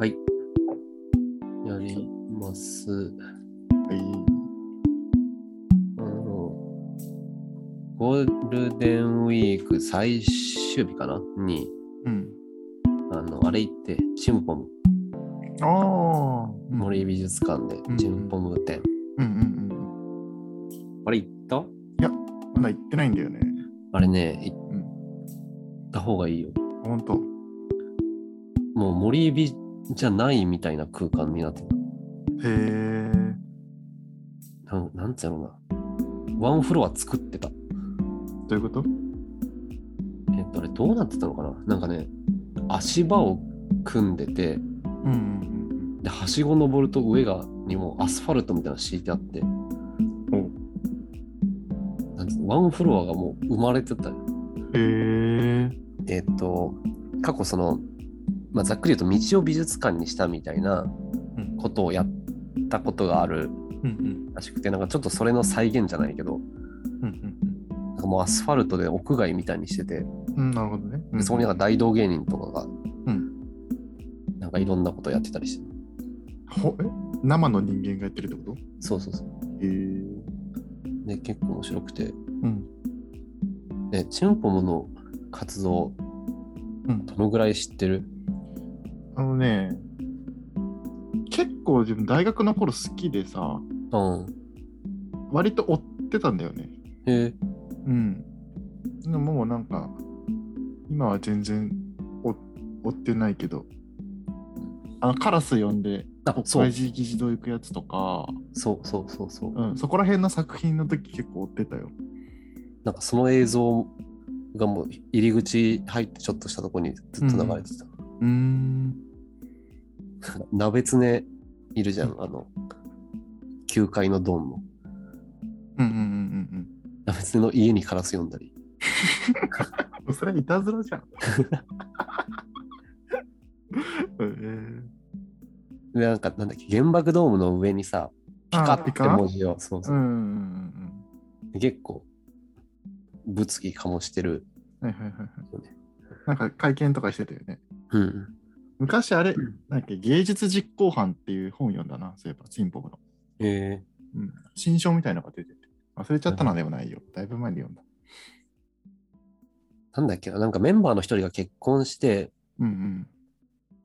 はい。やります。はい。あの、ゴールデンウィーク最終日かなに、うん。あの、あれ行って、チンポム、ああ。うん森美術館でんチンポム展。うんうんうん。あれ行ったまだ行ってないんだよね。あれね、行うんった方がいいよ。ほんと。もう森美じゃないみたいな空間になってた。へえ。なんなんつうのかな。ワンフロア作ってた。どういうことえっと、あれどうなってたのかななんかね、足場を組んでて、うんうんで、はしご登ると上がにもアスファルトみたいなの敷いてあって、なんつうのワンフロアがもう生まれてたよ。うん。へえ。えっと、過去その、まあ、ざっくり言うと道を美術館にしたみたいなうんことをやったことがあるうんらしくて、なんかちょっとそれの再現じゃないけど、うんうなんんかもうアスファルトで屋外みたいにしてて、うん。うん、なるほどね。うでんそこになんか大道芸人とかが、うんなんかいろんなことやってたりして。ほえ生の人間がやってるってことそうそうそう。へえ。で、結構面白くて、うん。ね、チンポムの活動、うんどのぐらい知ってるあのね、結構自分大学の頃好きでさ、うん。割と追ってたんだよね。へえうん。でももうなんか、今は全然追追ってないけど、あのカラス呼んで、あ、そ国う会、議事堂行くやつとか、そうそうそうそう。うん、そこら辺の作品の時結構追ってたよ。なんかその映像がもう入り口入ってちょっとしたとこにずっと流れてた。うーん。鍋つねいるじゃん、あの、9階のドンの。うんうんうん鍋つねの家にカラス呼んだり。うんうん。それいたずら じゃん。うんで、なんかなんだっけ、原爆ドームの上にさ、えピカって文字を、そううそんうう。んうん結構、物議かもしてる。うん。はいはいはいはい。なんか会見とかしてたよね。うん。昔あれ、なんか芸術実行犯っていう本読んだな、そういえば、チンポムの。ええうん。新書みたいなのが出てて。忘れちゃったなでもないよ。だいぶ前に読んだ。なんだっけな、なんかメンバーの一人が結婚して、うんうん。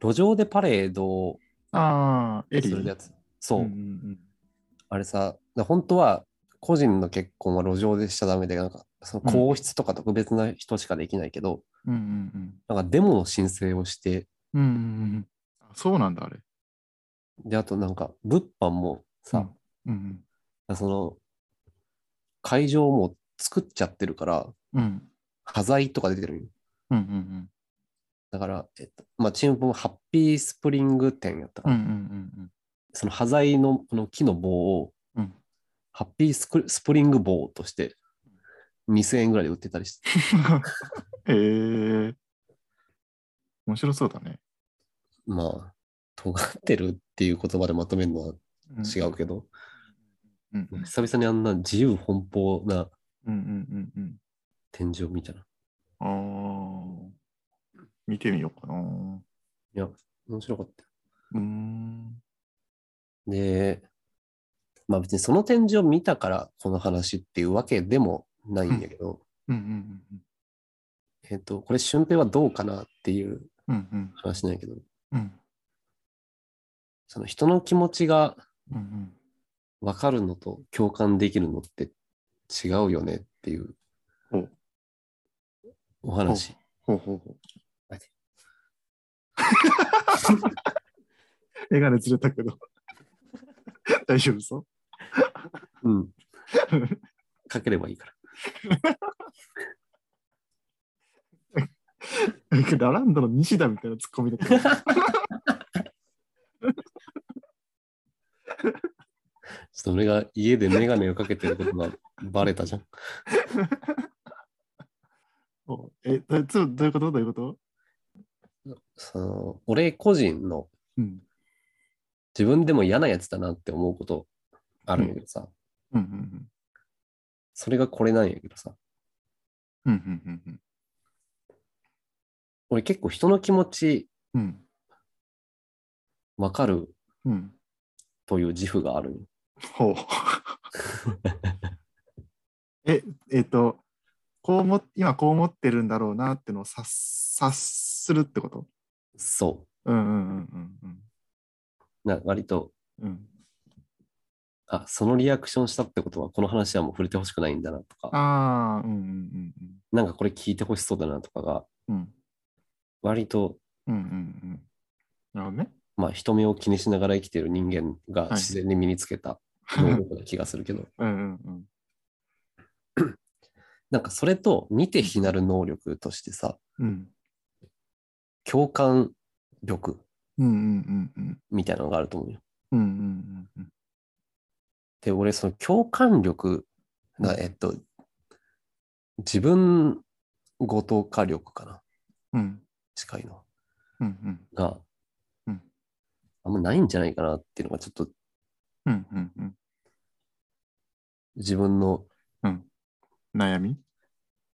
路上でパレードをああ、エすリるーや。つ。そう。うんうんあれさ、だ本当は個人の結婚は路上でしちゃダメで、なんかそのうん皇室とか特別な人しかできないけど、うん。うんうんなんかデモの申請をして、うん。うんうんうん。あそうなんだ、あれ。で、あとなんか物販もさ、うんその会場をもう作っちゃってるから、うん。うん端材とか出てるんようんうんだから、えっと、まあ、チームもハッピースプリング店やったかうん。うんうら、んうんその端材のこの木の棒を、うん。 うん。ハッピースクスプリング棒として、2000円ぐらいで売ってたりして、へえ。面白そうだね。まあ、尖ってるっていう言葉でまとめるのはん違う。けど、うんうん久々にあんな自由奔放なうんうんうん。展示を見たな。ああ。見てみようかな。ういや、面白かったよ。ーん。で、まあ別にその展示を見たからこの話っていうわけでもないんだけど、うんうんえっと、これ、俊平はどうかなっていううんうん。うんうん話なんやけど、うんその人の気持ちがうんうん。分かるのと共感できるのって違うよねっていうほうお話。ほうほうほ う待て。眼鏡ずれたけど。大丈夫そううん。かければいいから。ラランドの西田みたいなツッコミだけど。ちょっと俺が家でメガネをかけてることがバレたじゃん。おえ、どつどういうことどういうことその俺個人のうん。自分でも嫌なやつだなって思うことあるんやけどさ、うんうんそれがこれなんやけどさ、うん。うんうんうん俺結構人の気持ちうん。うんわかるうん。という自負がある。ほう。え、えっ、と、こうも、今こう思ってるんだろうなってのを察察するってことそうんうんうんうんうんう。な割と、うん。あ、そのリアクションしたってことは、この話はもう触れてほしくないんだなとか、ああ、うんうんなんかこれ聞いてほしそうだなとかが、うんうん。うん割と、うんうんうん。なるほどね。まあ、人目を気にしながら生きている人間がい自然に身につけ た能力な気がするけど、うんうんうん。なんかそれと見て非なる能力としてさ、うん共感力うんうんうんみたいなのがあると思うよ。うん。うんうんうんで、俺、その共感力が、えっと、自分ごと化力かな、うん。うん近いのうんうん。が、うんあんまないんじゃないかなっていうのが、ちょっとうんうんうん。自分の悩み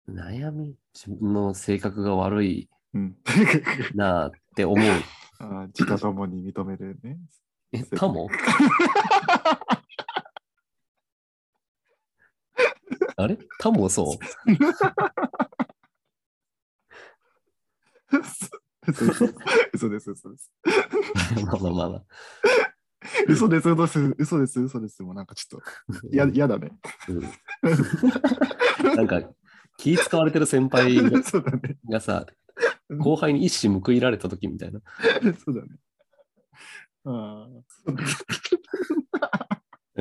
悩み、自分の性格が悪いうん。なあって 思う。あー自他ともに認めるね。え、か もあれかもそう嘘です。嘘です。嘘です。まあまあまあまあ。嘘です。嘘です。嘘です。嘘です。もうなんかちょっと、ややだね。うんなんか気使われてる先輩が そうだね。がさ、後輩に一矢報いられた時みたいな。そうだね。あ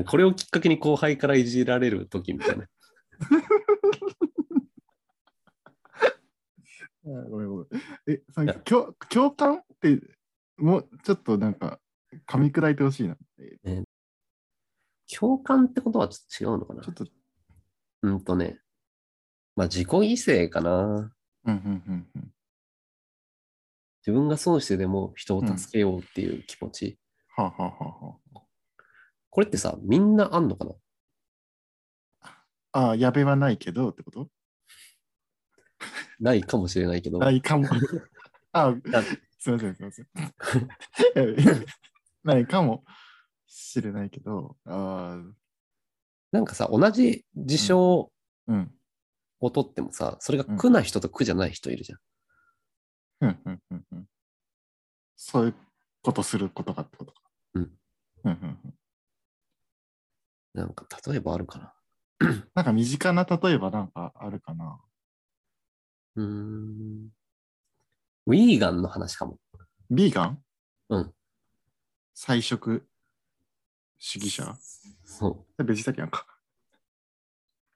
これをきっかけに後輩からいじられる時みたいな。あー、ごめんごめん。え、さ共共感って、もうちょっとなんか、噛み砕いてほしいな。え共感ってことはちょっと違うのかなちょっと、うんとね。まあ自己犠牲かな。うんうんうんうん。自分が損してでも人を助けようっていう気持ち。はあ、はあはあはこれってさ、みんなあんのかなあ、ああー、やべはないけどってことないかもしれないけど。ない かも。あーだすいません、 すいませんいや。ないかもしれないけど、ああ、なんかさ、同じ事象うん。をとってもさ、それが苦な人と苦じゃない人いるじゃん。うんうんうんうんそういうことすることかってことか。うんうんうんうんなんか例えばあるかな。なんか身近な例えばなんかあるかな。うーん。ウィーガンの話かも。ビーガンうん。菜食主義者そベジタリアンか。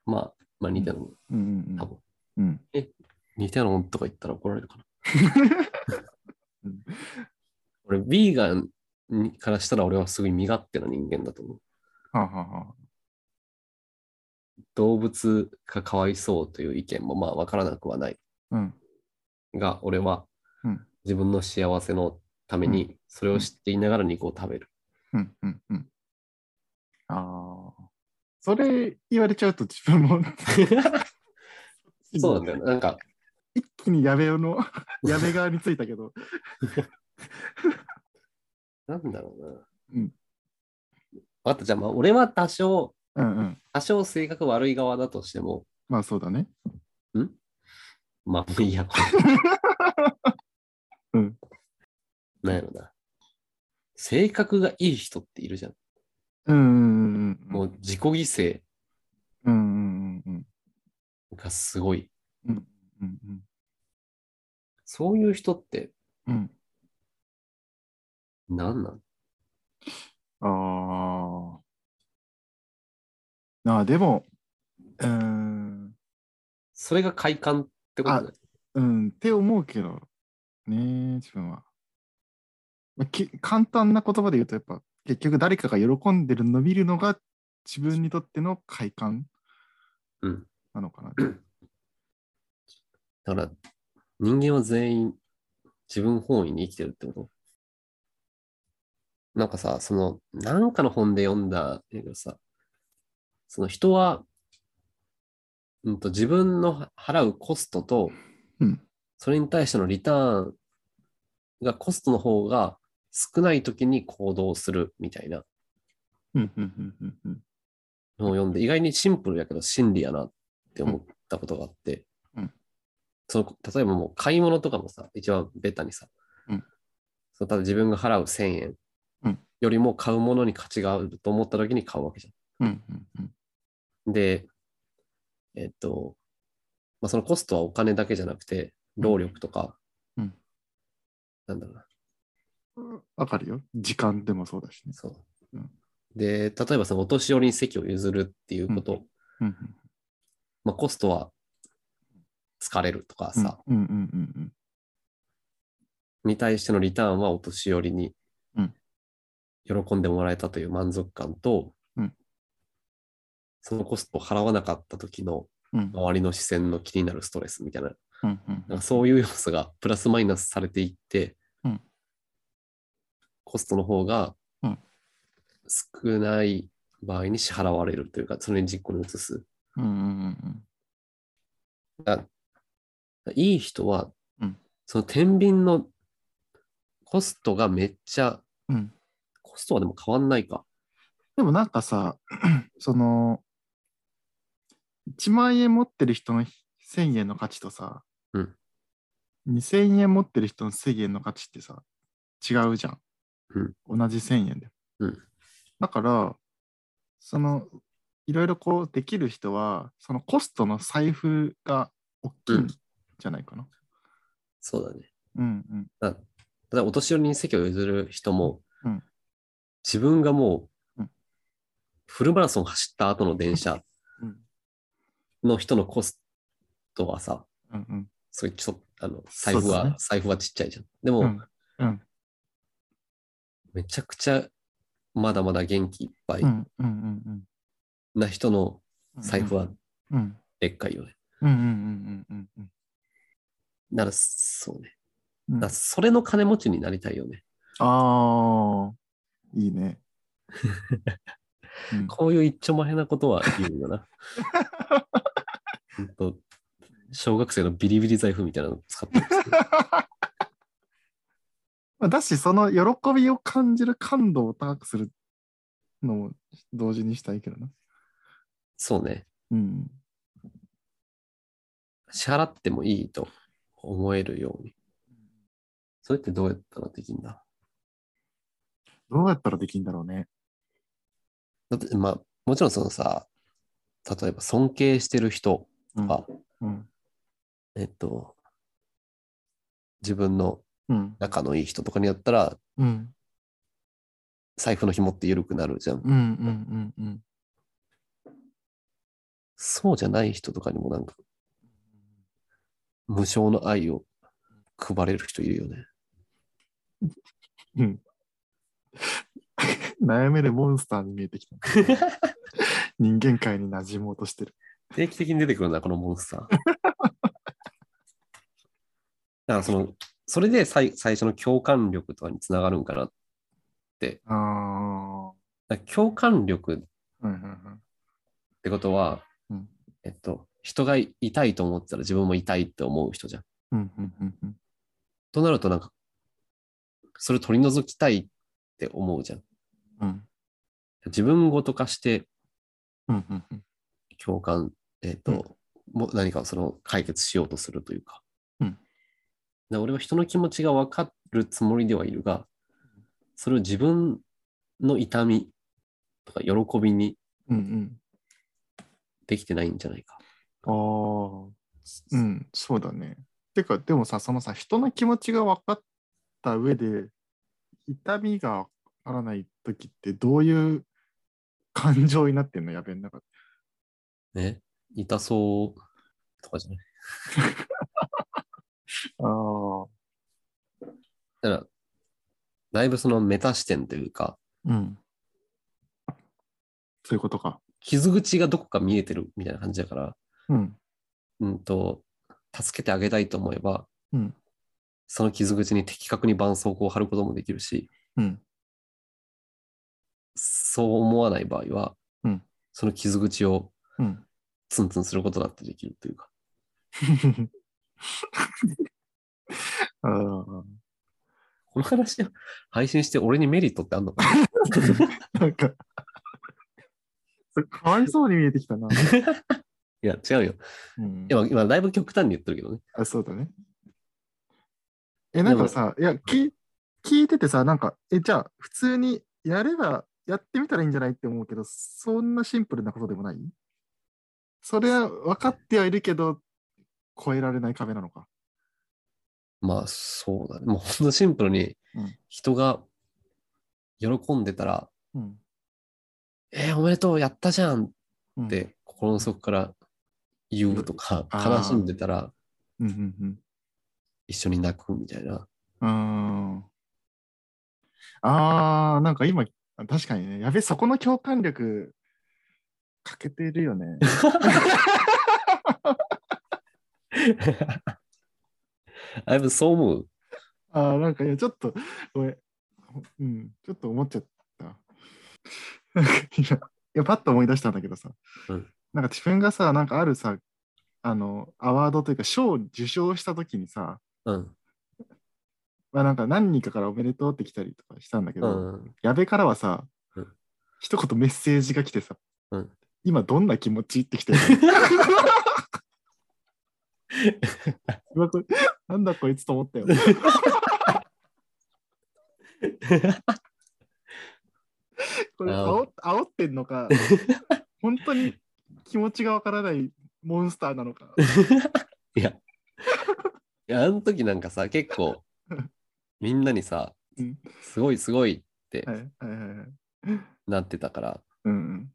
う。まあ、まあ似たの、うんうん多分。うん。 うん似たのとか言ったら怒られるかな。俺、ヴィーガンにからしたら俺はすごい身勝手な人間だと思う。はあ、はあはあ、動物がかわいそうという意見もまあわからなくはないうん。が、俺はうん自分の幸せのためにそれを知っていながら肉を食べる。うんうんうん。ああ。それ言われちゃうと自分も そうなんだよね。なんか、一気に矢部 の矢部側についたけど。なんだろうな。うん。あと、じゃあまあ俺は多少、うんうん。多少性格悪い側だとしても、まあそうだね。まあ、もういいや、こうれ。ん。なんやろな。性格がいい人っているじゃん。うんうんうんうん。もう自己犠うんうんうん牲がすごい。うん。うんうんうんそういう人ってうん。何なんああ。ああ、でも、うーん、それが快感ってことだようん、って思うけど、ね自分は。まあ、き簡単な言葉で言うと、やっぱ、結局誰かが喜んでるのを見るのが自分にとっての快感うんなのかな。だから、人間は全員自分本位に生きてるってことなんかさ、その、なんかの本で読んだんやけどさ、その人は、うんと、自分の払うコストと、うん。それに対してのリターンがコストの方が少ない時に行動するみたいなうんうんうんうんうんのを読んで、意外にシンプルやけど真理やなって思ったことがあって、うんその例えばもう買い物とかもさ、一番ベタにさ、うんそのただ自分が払う1000円うんよりも買うものに価値があると思った時に買うわけじゃん。うんうんうんで、えっと、まあ、そのコストはお金だけじゃなくて、労力とか、うんなんだろうな、うんわかるよ。時間でもそうだしね。。そううんで、例えばそのお年寄りに席を譲るっていうこと、うんうんまあ、コストは疲れるとかさ、うんうんうんに対してのリターンはお年寄りにうん喜んでもらえたという満足感と、うんそのコストを払わなかった時のうんうん周りの視線の気になるストレスみたいなうんうんなんかそういう要素がプラスマイナスされていって、うんコストの方がうん少ない場合に支払われるというか、それに実行に移す。うんうんあいい人は、うんその天秤のコストがめっちゃ、うんうんコストはでも変わんないか。でもなんかさ、 その、1万円持ってる人の1000円の価値とさ、うん2000円持ってる人の1000円の価値ってさ、違うじゃん。同じ1000円で。うんだから、その、いろいろこうできる人は、そのコストの財布が大きいんじゃないかな。そうだね。うんうんだただお年寄りに席を譲る人も、うん自分がもう、うんフルマラソン走った後の電車うんの人のコストはさ、うんうんそういうちょっとあの財布そうは、ですね財布はちっちゃいじゃん。でも、うんうんめちゃくちゃまだまだ元気いっぱいうんうんうんうんな人のうん財布はうんでっかいよね。うんうんうんうんうんなら、そうね。うんうんだからそれの金持ちになりたいよね。ああ、いいね。うんこういう一丁前なことは言うよ な。ほんと小学生のビリビリ財布みたいなの使ってるんですけどまあだし、その喜びを感じる感度を高くするのも同時にしたいけどな。そうね。うん。支払ってもいいと思えるように。それってどうやったらできるんだどうやったらできるんだろうね。だって、まあ、もちろんそのさ、例えば尊敬してる人うん。が、うん。えっと、自分のうん。仲のいい人とかにやったら、うん。財布の紐って緩くなるじゃん。うん。うん。うん。そうじゃない人とかにもなんか、無償の愛を配れる人いるよね。悩めるモンスターに見えてきた。人間界に馴染もうとしてる。定期的に出てくるんだ、このモンスター。 だからその、それで最最初の共感力とかにつながるんかな。ああ。だから共感力うん。うん。ってことは、うんえっと、人が痛いと思ってたら自分も痛いって思う人じゃん。うん。うん。うん。うん。となるとなんか、それ取り除きたいって思うじゃん。うん。自分ごと化してうん。うん。うん。共感、えっと、も何かその解決しようとするというか。うんで俺は人の気持ちが分かるつもりではいるが、それを自分の痛みとか喜びにうん。うん。できてないんじゃないか。ああ、うん、そうだね。てか、でもさ、そのさ、人の気持ちが分かった上で、痛みが分からない時って、どういう感情になってんのやべえ、なんか。ね。痛そうとかじゃない。ああ、だから、だいぶそのメタ視点というか、うん。そういうことか。傷口がどこか見えてるみたいな感じだから、うん。うんと、助けてあげたいと思えば、うんその傷口に的確に絆創膏を貼ることもできるし、うん。そう思わない場合は、うんその傷口を うん。ツンツンすることだってできるというか、ああ、この話を配信して俺にメリットってあんのか なんか、 それかわいそうに見えてきたな。いや、違うよ。うん、今、今だいぶ極端に言ってるけどね。あそうだね。え、なんかさ、いや、き聞いててさ、なんか、え、じゃあ、普通にやれば、やってみたらいいんじゃないって思うけど、そんなシンプルなことでもないそれは分かってはいるけど、超えられない壁なのか。まあ、そうだね。もうほんとシンプルにうん、人が喜んでたら、うん。えーおめでとう、やったじゃんうんっ、て心の底から言うとか、うんあー悲しんでたらうんうんうん。一緒に泣くみたい な。うーんあー、なんか今、確かにね、やべ、そこの共感力、欠けてるよね。だいぶそう思う。あー、なんかいや、ちょっと、ごめん、うん、ちょっと思っちゃった。なんか今いや、パッと思い出したんだけどさ、うんなんか自分がさ、なんかあるさ、あの、アワードというか、賞を受賞したときにさ、うん。まあ、なんか何人かからおめでとうって来たりとかしたんだけうど、ん。矢部からはさ、うん一言メッセージが来てさ、うん今どんな気持ちって来 てるうわこれなんだこいつと思ったよ。これあ煽っ煽ってんのか、本当に気持ちがわからないモンスターなのか。いや。いや、あの時なんかさ、結構、みんなにさうん、すごいすごいってはいはいはいはいなってたから、うんうん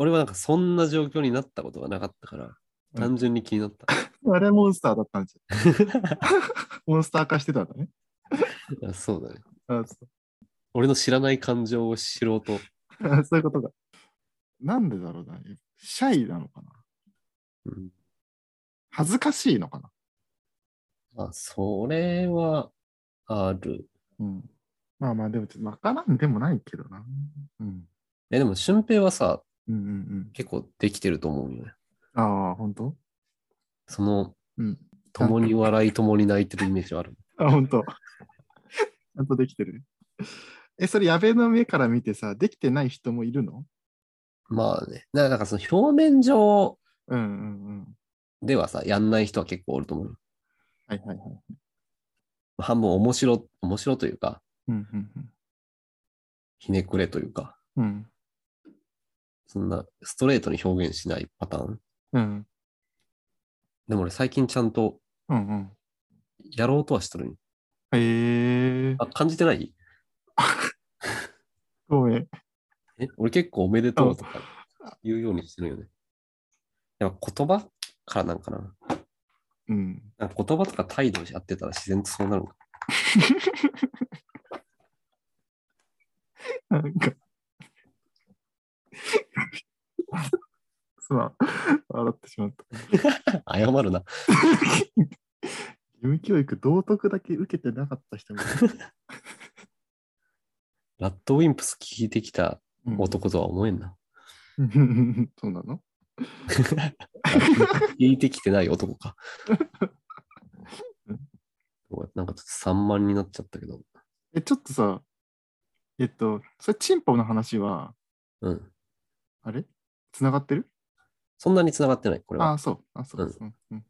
俺はなんかそんな状況になったことがなかったから、うん単純に気になった。 あれモンスターだったんじゃん。 モンスター化してたんだね。あそうだね。あそ俺の知らない感情を知ろうと。う あそういうことか。なんでだろうな。シャイなのかなうん、恥ずかしいのかな、あ、それは、ある。うん、まあまあ、でも、わからんでもないけどな。うん。え、でも、俊平はさ、うんうんうん。結構できてると思うよね。ああ、本当その、うん。共に笑い、共に泣いてるイメージはある。あ、本当 ちゃんとできてるね。え、それ、矢部の目から見てさ、できてない人もいるのまあね。ななんかその表面上うんうんうん。ではさ、やんない人は結構おると思うよ。はいはいはい。半分面白、面白というか、うんうんひねくれというか、うん。うん。そんなストレートに表現しないパターン。うんでも俺最近ちゃんとうんうん。やろうとはしてるんよへえ。あ、感じてないごめん。え、俺結構おめでとうとか言うようにしてるよね。やっぱ言葉からなんかな。うん。なんか言葉とか態度やってたら自然とそうなるのか。なんかすまん。笑ってしまった。謝るな。義務教育道徳だけ受けてなかった人もいるラッドウィンプス聞いてきたうん男とは思えんな。そうなの聞いてきてない男か。ごめんなんかちょっと散漫になっちゃったけど。え、ちょっとさ、えっと、それ、チンポの話は、うん。あれつながってるそんなに繋がってない、これあは。あ、そう。あそううんそう。うん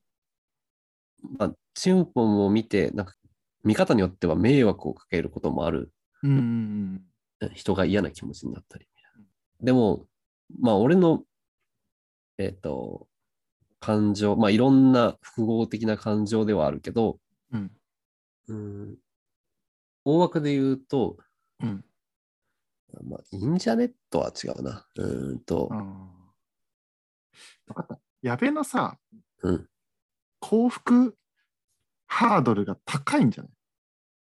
まあ、チンポンを見て、なんか、見方によっては迷惑をかけることもある。うんうん人が嫌な気持ちになったり。でも、まあ、俺の、えっ、と、感情、まあ、いろんな複合的な感情ではあるけど、うん。うんうん、大枠で言うと、うん。まあ、いいんじゃねとは違うな。うーんとあ、ーわかった。矢部のさ、うん幸福ハードルが高いんじゃない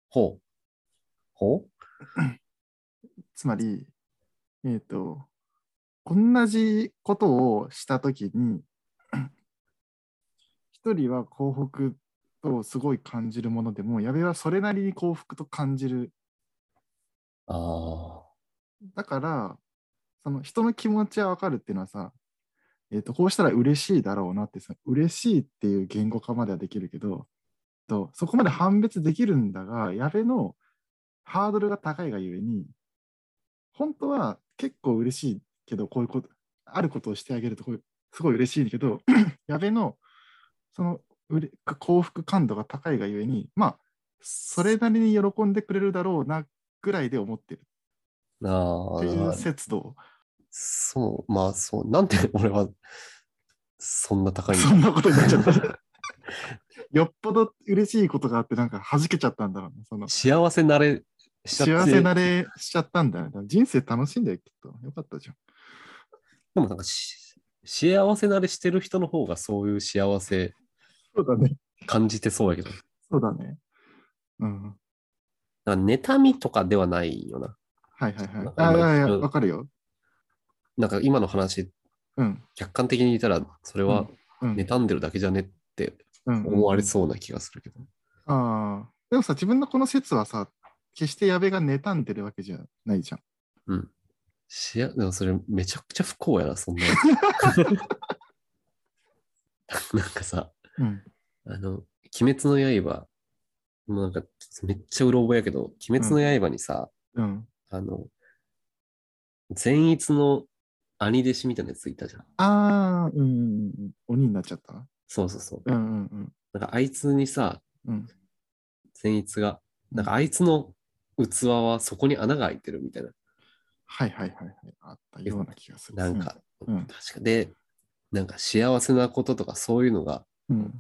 ほう。ほつまり、えっ、と、同じことをしたときに、 一人は幸福とすごい感じるものでも、矢部はそれなりに幸福と感じる。うあだから、その人の気持ちはわかるっていうのはさ、えっ、と、こうしたら嬉しいだろうなってさ、嬉しいっていう言語化まではできるけど、と、そこまで判別できるんだが、矢部のハードルが高いがゆえに、本当は結構嬉しいけど、こういうこと、あることをしてあげるとこういう、すごい嬉しいけど、 矢部の、そのうれ、幸福感度が高いがゆえに、まあ、それなりに喜んでくれるだろうな、ぐらいで思ってるあっていうあ、節度、そう、まあそう、なんで 俺はそんな高いんだそんなことになっちゃった。 よっぽど嬉しいことがあって、なんか弾けちゃったんだろうな、その。幸せなれしちゃ幸ってせ慣れしちゃったんだよね。人生楽しんだよ、きっと。よかったじゃん。でもなんかし幸せなれしてる人の方がそういう幸せそうだね。感じてそうやけど、そうだね。うん。なんか妬みとかではないよな。はいはいはいなん。かあい今やいや、うんわかるよ。なんか今の話、うん。客観的に言ったら、それはうん。妬んでるだけじゃねってうん思われそうな気がするけど。ああ。でもさ、自分のこの説はさ、決して矢部が妬んでるわけじゃないじゃん。うん。しや、でもそれめちゃくちゃ不幸やな、そんな。 なんかさ、うん。あの、鬼滅の刃、もうなんかめっちゃうろ覚えやけど、鬼滅の刃にさ、うん。あの、善逸の兄弟子みたいなやついたじゃん。ああ、うんうんうん。鬼になっちゃったな。そうそうそう。うんうんうん。なんかあいつにさ、うん善逸が、なんかあいつの器はそこに穴が開いてるみたいな。はいはいはいはい。あったような気がする。なんか、うん確かで、なんか幸せなこととかそういうのがうん。うん。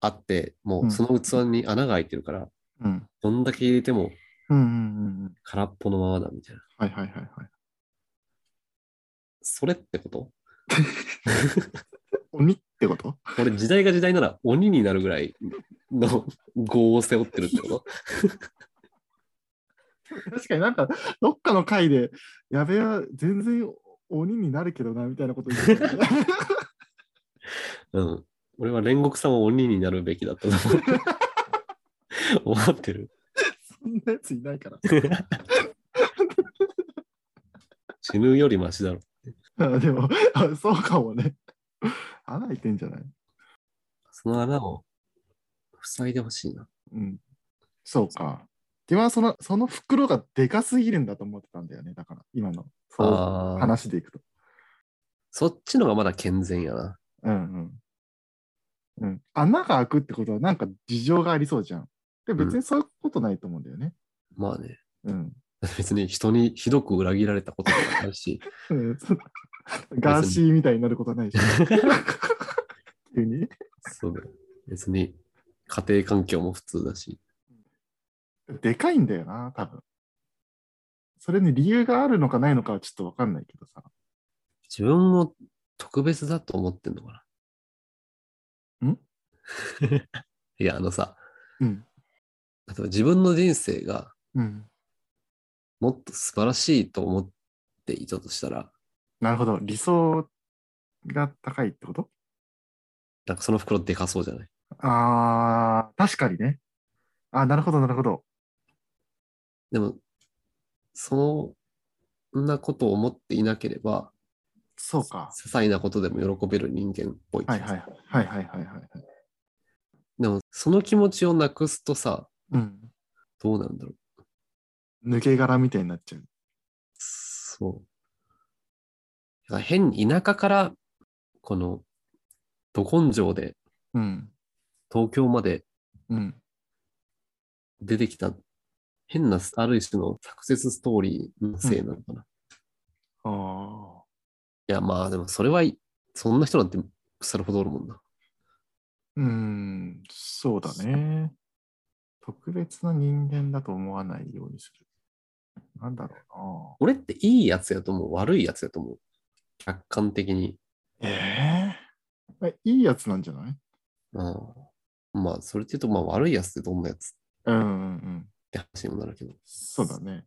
あって、もううんその器に穴が開いてるから、うん。どんだけ入れてもうんうんうんうん。空っぽのままだみたいな。はいはいはいはい。それってこと鬼ってこと俺時代が時代なら鬼になるぐらいの業を背負ってるってこと確かになんか、どっかの回で、やべえ、全然鬼になるけどな、みたいなこと言って たよねうん。俺は煉獄さんは鬼になるべきだったと思って。思ってる。そんなやついないから。死ぬよりマシだろ。あでもあ、そうかもね。穴開いてんじゃないその穴を塞いでほしいな。うん。そうか。自分はその、その袋がでかすぎるんだと思ってたんだよね。だから、今の、そう、ああ、話でいくと。そっちのがまだ健全やな。うんうん。うん。穴が開くってことは、なんか事情がありそうじゃん。で、別にそういうことないと思うんだよね。まあね。うん。別に人にひどく裏切られたこともない し、うんそうガーシーみたいになることはないし。 急にそうだよ別に家庭環境も普通だし、でかいんだよな、多分。それに理由があるのかないのかはちょっとわかんないけどさ。自分を特別だと思ってんのかな。ん いや、あのさ、うん。例えば自分の人生がうん。もっと素晴らしいと思っていたとしたら、なるほど。理想が高いってことなんかその袋でかそうじゃないあー、確かにね。あーなるほど、なるほど。でも、そんなことを思っていなければ、そうか。些細なことでも喜べる人間っぽい気がはいするはい。はいはいはいはいはい。でも、その気持ちをなくすとさ、うん。どうなんだろう。抜け殻みたいになっちゃう。そう。だから変に田舎から、この、ど根性でうん。東京までうん。出てきた、変な、ある種のサクセスストーリーのせいなのかな。いあー。や、まあでも、それはい、そんな人なんて腐るほどおるもんな。うーん、そうだね。特別な人間だと思わないようにする。なんだろ俺っていいやつやと思う、悪いやつやと思う。客観的に。うな。ええいいやつなんじゃないうん、まあ、それって言うと、まあ、悪いやつってどんなやつっうんうんうん。て話にもなるけど。そうだね。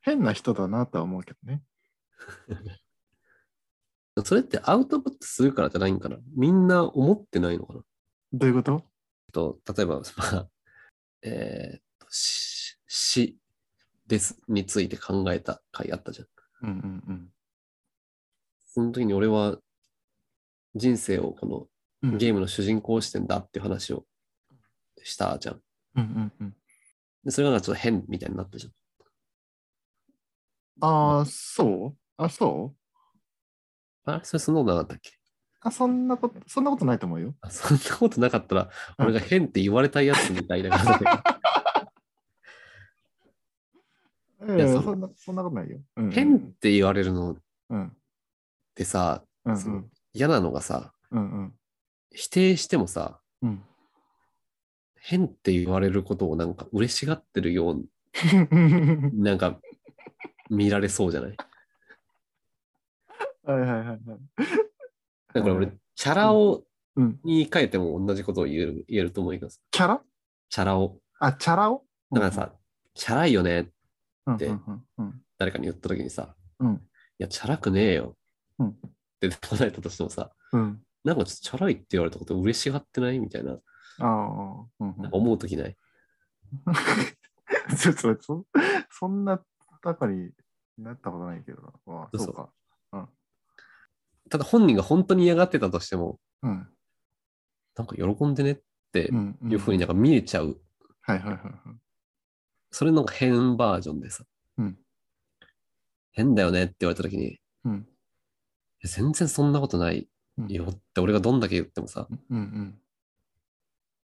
変な人だなとは思うけどね。それってアウトプットするからじゃないんかな。みんな思ってないのかな。どういうことと例えば、ま あ、えーっと、し死ですについて考えた回あったじゃん。うんうんその時に俺は人生をこうん。のゲーームの主人公視点だっていう話をしたじゃん。うんうんうん。でそれがなんかちょっと変みたいになったじゃん。ああ、そうあ、そうあれそれそんなことなかったっけあ、そんなこと、そんなことないと思うよ。あそんなことなかったら、俺が変って言われたいやつみたいな感じで。えいやそうそんな、そんなことないよ。うんうん変って言われるのっうん。てさ、うんうそのん。嫌なのがさ、うんうん。否定してもさ、 うん。変って言われることをなんか嬉しがってるように、なんか見られそうじゃないはいはいはいはい。だから俺は、チャラ男うん。に変えても同じことを言える言えると思います。キャラチャラ男。あ、チャラをだからさ、チャラいよね、うんてうんうんうん誰かに言った時にさ、うんいや、チャラくねえよ。うんって答えたとしてもさ、うん。なんかちょっとチャラいって言われたこと嬉しがってないみたいな、ああ、うんうんなんか思うときない。 ちょっと待ってそそんな中になったことないけどな。まあ、嘘そうか。ただ本人が本当に嫌がってたとしても、うん。なんか喜んでねってうんうんいうふうになんか見えちゃう。はいはいはいはい。それの変バージョンでさ、うん変だよねって言われたときに、いうん。や全然そんなことないうんよって俺がどんだけ言ってもさ、うんうん。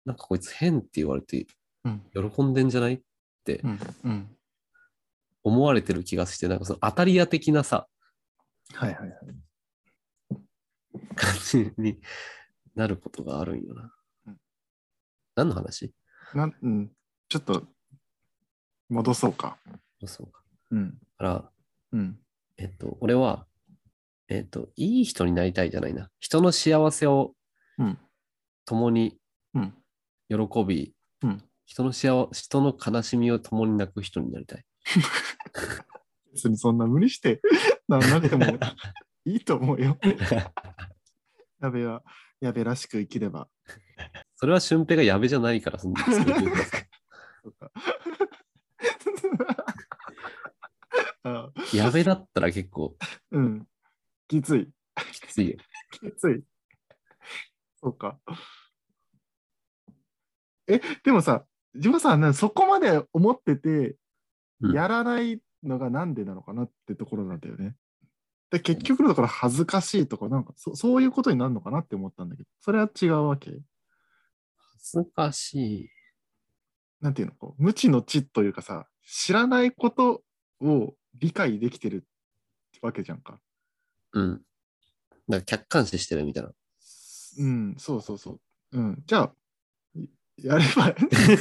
なんかこいつ変って言われてうん喜んでんじゃないってうんうん。思われてる気がして、なんかその当たり屋的なさ、はいはいはい。感じになることがあるんよな。うん何の話なんうん、ちょっと戻そうか。そうか。うん。だから、うん。えっと、俺は、えっと、いい人になりたいじゃないな。人の幸せをうん共にうん。喜び、うん人の幸せ、人の悲しみを共に泣く人になりたい。別にそんな無理して ならなくてもいいと 思うよ。やべは、やべらしく生きれば。それは俊平がやべじゃないから、そんなそういうことですとかあやべだったら結構うん。きつい。きついよ。きつい。そうか。え、でもさ、ジムさん、なそこまで思ってて、うんやらないのがなんでなのかなってところなんだよね。で結局のところ恥ずかしいとか、なんかそ、そういうことになるのかなって思ったんだけど、それは違うわけ。 恥ずかしい。なんていうのこう無知の知というかさ、知らないことを理解できてるわけじゃんか。うん。なんか客観視してるみたい な。うん、そうそうそう。うん、じゃあ、やれば、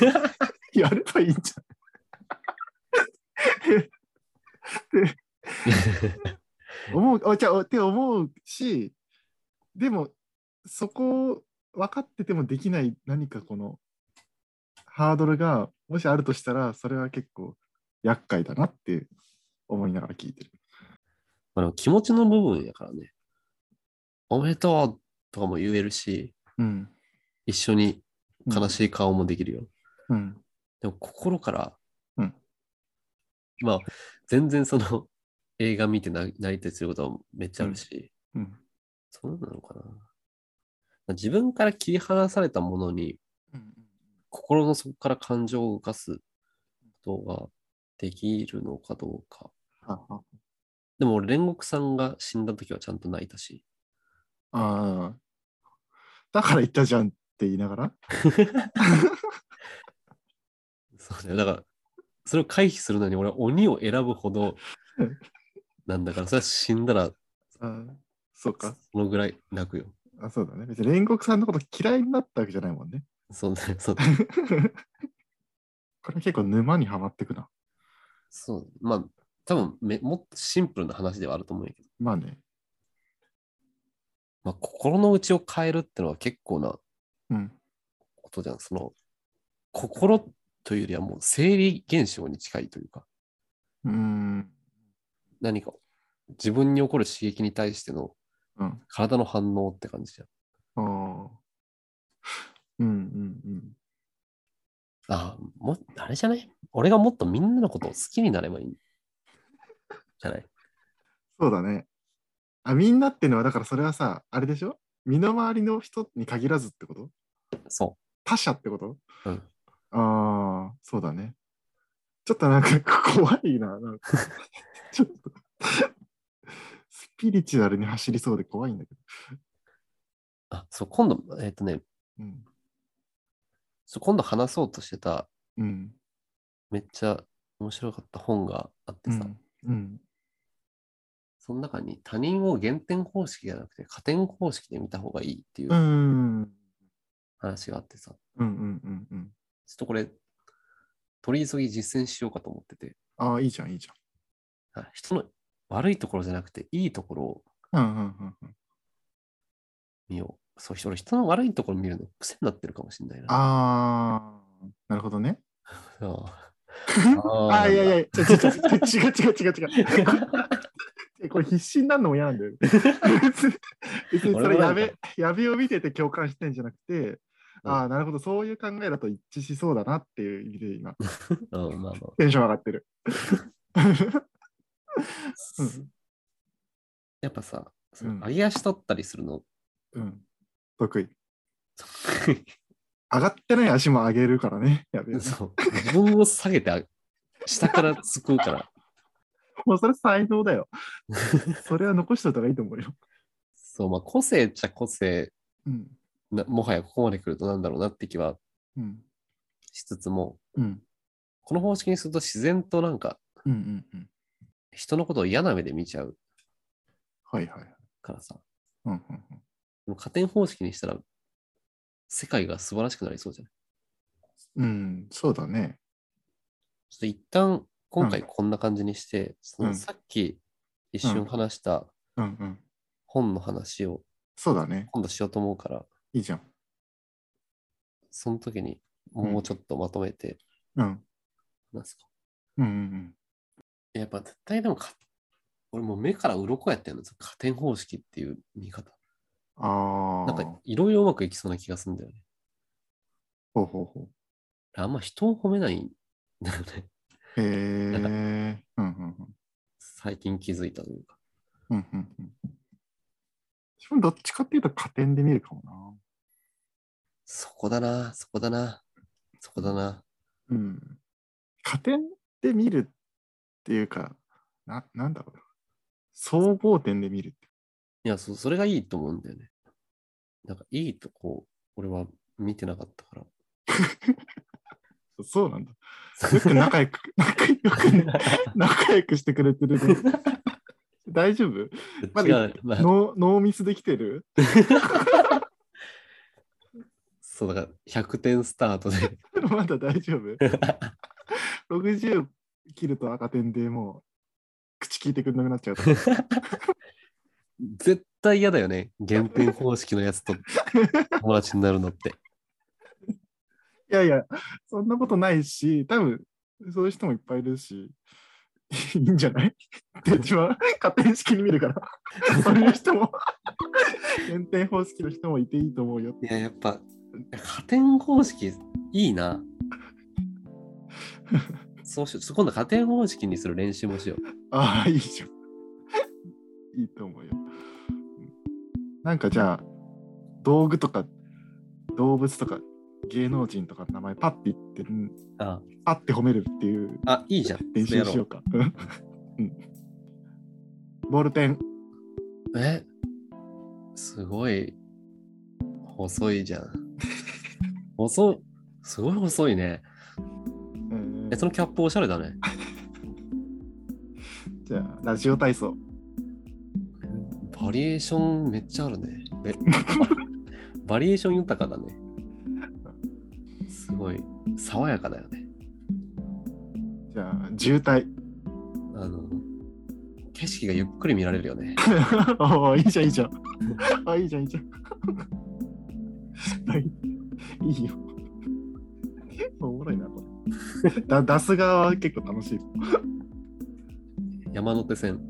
やればいいんじゃん。思う、あじゃあ、って思うし、でも、そこを分かっててもできない何かこのハードルが、もしあるとしたら、それは結構厄介だなって思いながら聞いてる。まあ、でも気持ちの部分やからね。おめでとうとかも言えるし、うん。一緒に悲しい顔もできるよ。うん。でも心から、うんまあ、全然その映画見て泣泣いたりすることもめっちゃあるし、うん。そうなのかな。まあ自分から切り離されたものにうん。心の底から感情を動かすことができるのかどうか。ああでも俺、煉獄さんが死んだ時はちゃんと泣いたし。ああ。だから言ったじゃんって言いながら。そうだよ。だから、それを回避するのに俺は鬼を選ぶほどうん、なんだから、それは死んだら、あそうか。そのぐらい泣くよ。あそうだね。別に煉獄さんのこと嫌いになったわけじゃないも んね。そうだね。そうだねこれ結構沼にはまってくな。そう。まあ、多分め、もっとシンプルな話ではあると思うんやけど、まあね。まあ、心の内を変えるってのは結構なうん。ことじゃん。その、心というよりはもう生理現象に近いというか、うーん。何か自分に起こる刺激に対してのうん。体の反応って感じじゃん。ああ。うんうんうん。ああ、もう、あれじゃない俺がもっとみんなのことを好きになればいい。じゃないそうだね。あ、みんなっていうのは、だからそれはさ、あれでしょ身の回りの人に限らずってことそ他者ってことうんああ、そうだね。ちょっとなんか 怖いな。なんか ちょっと。 スピリチュアルに走りそうで怖いんだけど。あ、そう、今度、えっ、とね、うん。そう今度話そうとしてた、うん。めっちゃ面白かった本があってうさ、ん。うん。その中に他人を減点方式じゃなくて加点方式で見た方がいいっていうん。う。うん話があってさ、うん。うん。うん。ちょっとこれ、取り急ぎ実践しようかと思ってて、ああ、いいじゃん、いいじあ人の悪いところじゃなくていいところをゃん。うん。うん。うんうん。見よう。そう、俺人の悪いところ見るの癖になってるかもしれないな。ああ、なるほどね。 そうああー、いやいや、違う違う違う違う違う違う違う。これ必死になるのも嫌なんだよ。別に別にそれやべやべを見てて共感してんじゃなくて、うんああ、なるほど、そういう考えだと一致しそうだなっていう意味で今、 うん、まあまあ。テンション上が ってる。うんやっぱさ、そうんの揚げ足取ったりするの、うん、得意。上がってない足も上げるからね。やべ え。そう自分を下げてあ下から突っ込むから。もうそれ才能だよ。それは残しといた方がいいと思うよ。そう、まあ個性っちゃ個性うん。な、もはやここまで来るとなんだろうなって気はうん。しつつも、うん。この方式にすると自然となんかうん。うん。うん。人のことを嫌な目で見ちゃうはいはい。からさ、うん。うんうん。でも加点方式にしたら世界が素晴らしくなりそうじゃないうん、そうだね。ちょっと一旦今回うこんな感じにして、そのうんさっき一瞬話したうんうん。本の話をそうだね。今度しようと思うから、いいじゃん。その時にもうちょっとまとめてうん。話すか。うんうんやっぱ絶対でもか、俺もう目から鱗やってるんですよ。加点方式っていう見方。うん。ああ。なんかいろいろうまくいきそうな気がするんだよね。ほうほうほあんま人を褒めないんだよね。 う。へえ。うなんんかうん最近気づいたというか。うん。うんうんうん。自分どっちかっていうと加点で見るかもそこだな、そこだな、そこだな。な。うん。加点で見るっていうか、な、なんだろうな。総合点で見るって。いや、そそれがいいと思うんだよね。なんかいいとこ、俺は見てなかったから。そうなんだ。よく仲良く、仲良く、仲良くしてくれてるね。大丈夫 まだ違う、まあ、ノーノーミスできてる そうだから100点スタートで。 まだ大丈夫 ?60 切ると赤点でもう口聞いてくれなくなっちゃうと絶対嫌だよね。減点方式のやつと友達になるのって。いやいや、そんなことないし、多分そういう人もいっぱいいるし、いいんじゃないって自分は勝手に式に見るから、そういう人も、減点方式の人もいていいと思うよ。いや、やっぱ、加点方式いいな。そうしよう。ちょっと今度加点方式にする練習もしよう。ああ、いいじゃん。いいと思うよ。うんなんかじゃあ、道具とか、動物とか、芸能人とかの名前パッて言って、うんあパッて褒めるっていうあ、いいじゃん。練それや習ろしようか。うんうんボールペン。うえすごい、細いじゃん。細い、すごい細いね。うんえ、そのキャップおしゃれだね。じゃあ、ラジオ体操。バリエーションめっちゃあるね。えバリエーション豊かだね。すごい、爽やかだよね。じゃあ、渋滞。あの、景色がゆっくり見られるよね。 おーいいじゃん、いいじゃん。あ、いいじゃん、いいじゃん。 はいいいよ。おもろいな、これ。だ出す側は結構楽しい。山手線。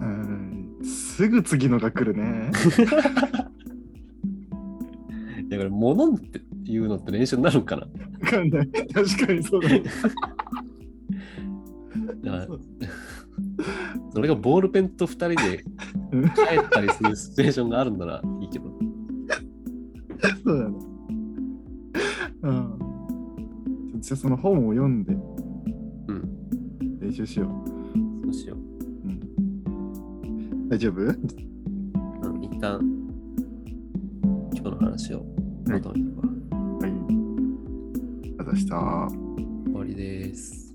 うん、すぐ次のが来るね。だから、物っていうのって練習になるんかな。わかんない。確かにそうだね。だから、それがボールペンと2人でうん帰ったりするシチュエーションがあるんならいいけど。そうだね。じゃあその本を読んでうん。練習しよう。そうしよう。うん、大丈夫うん一旦、今日の話をまとめればはい。あざした。終わりです。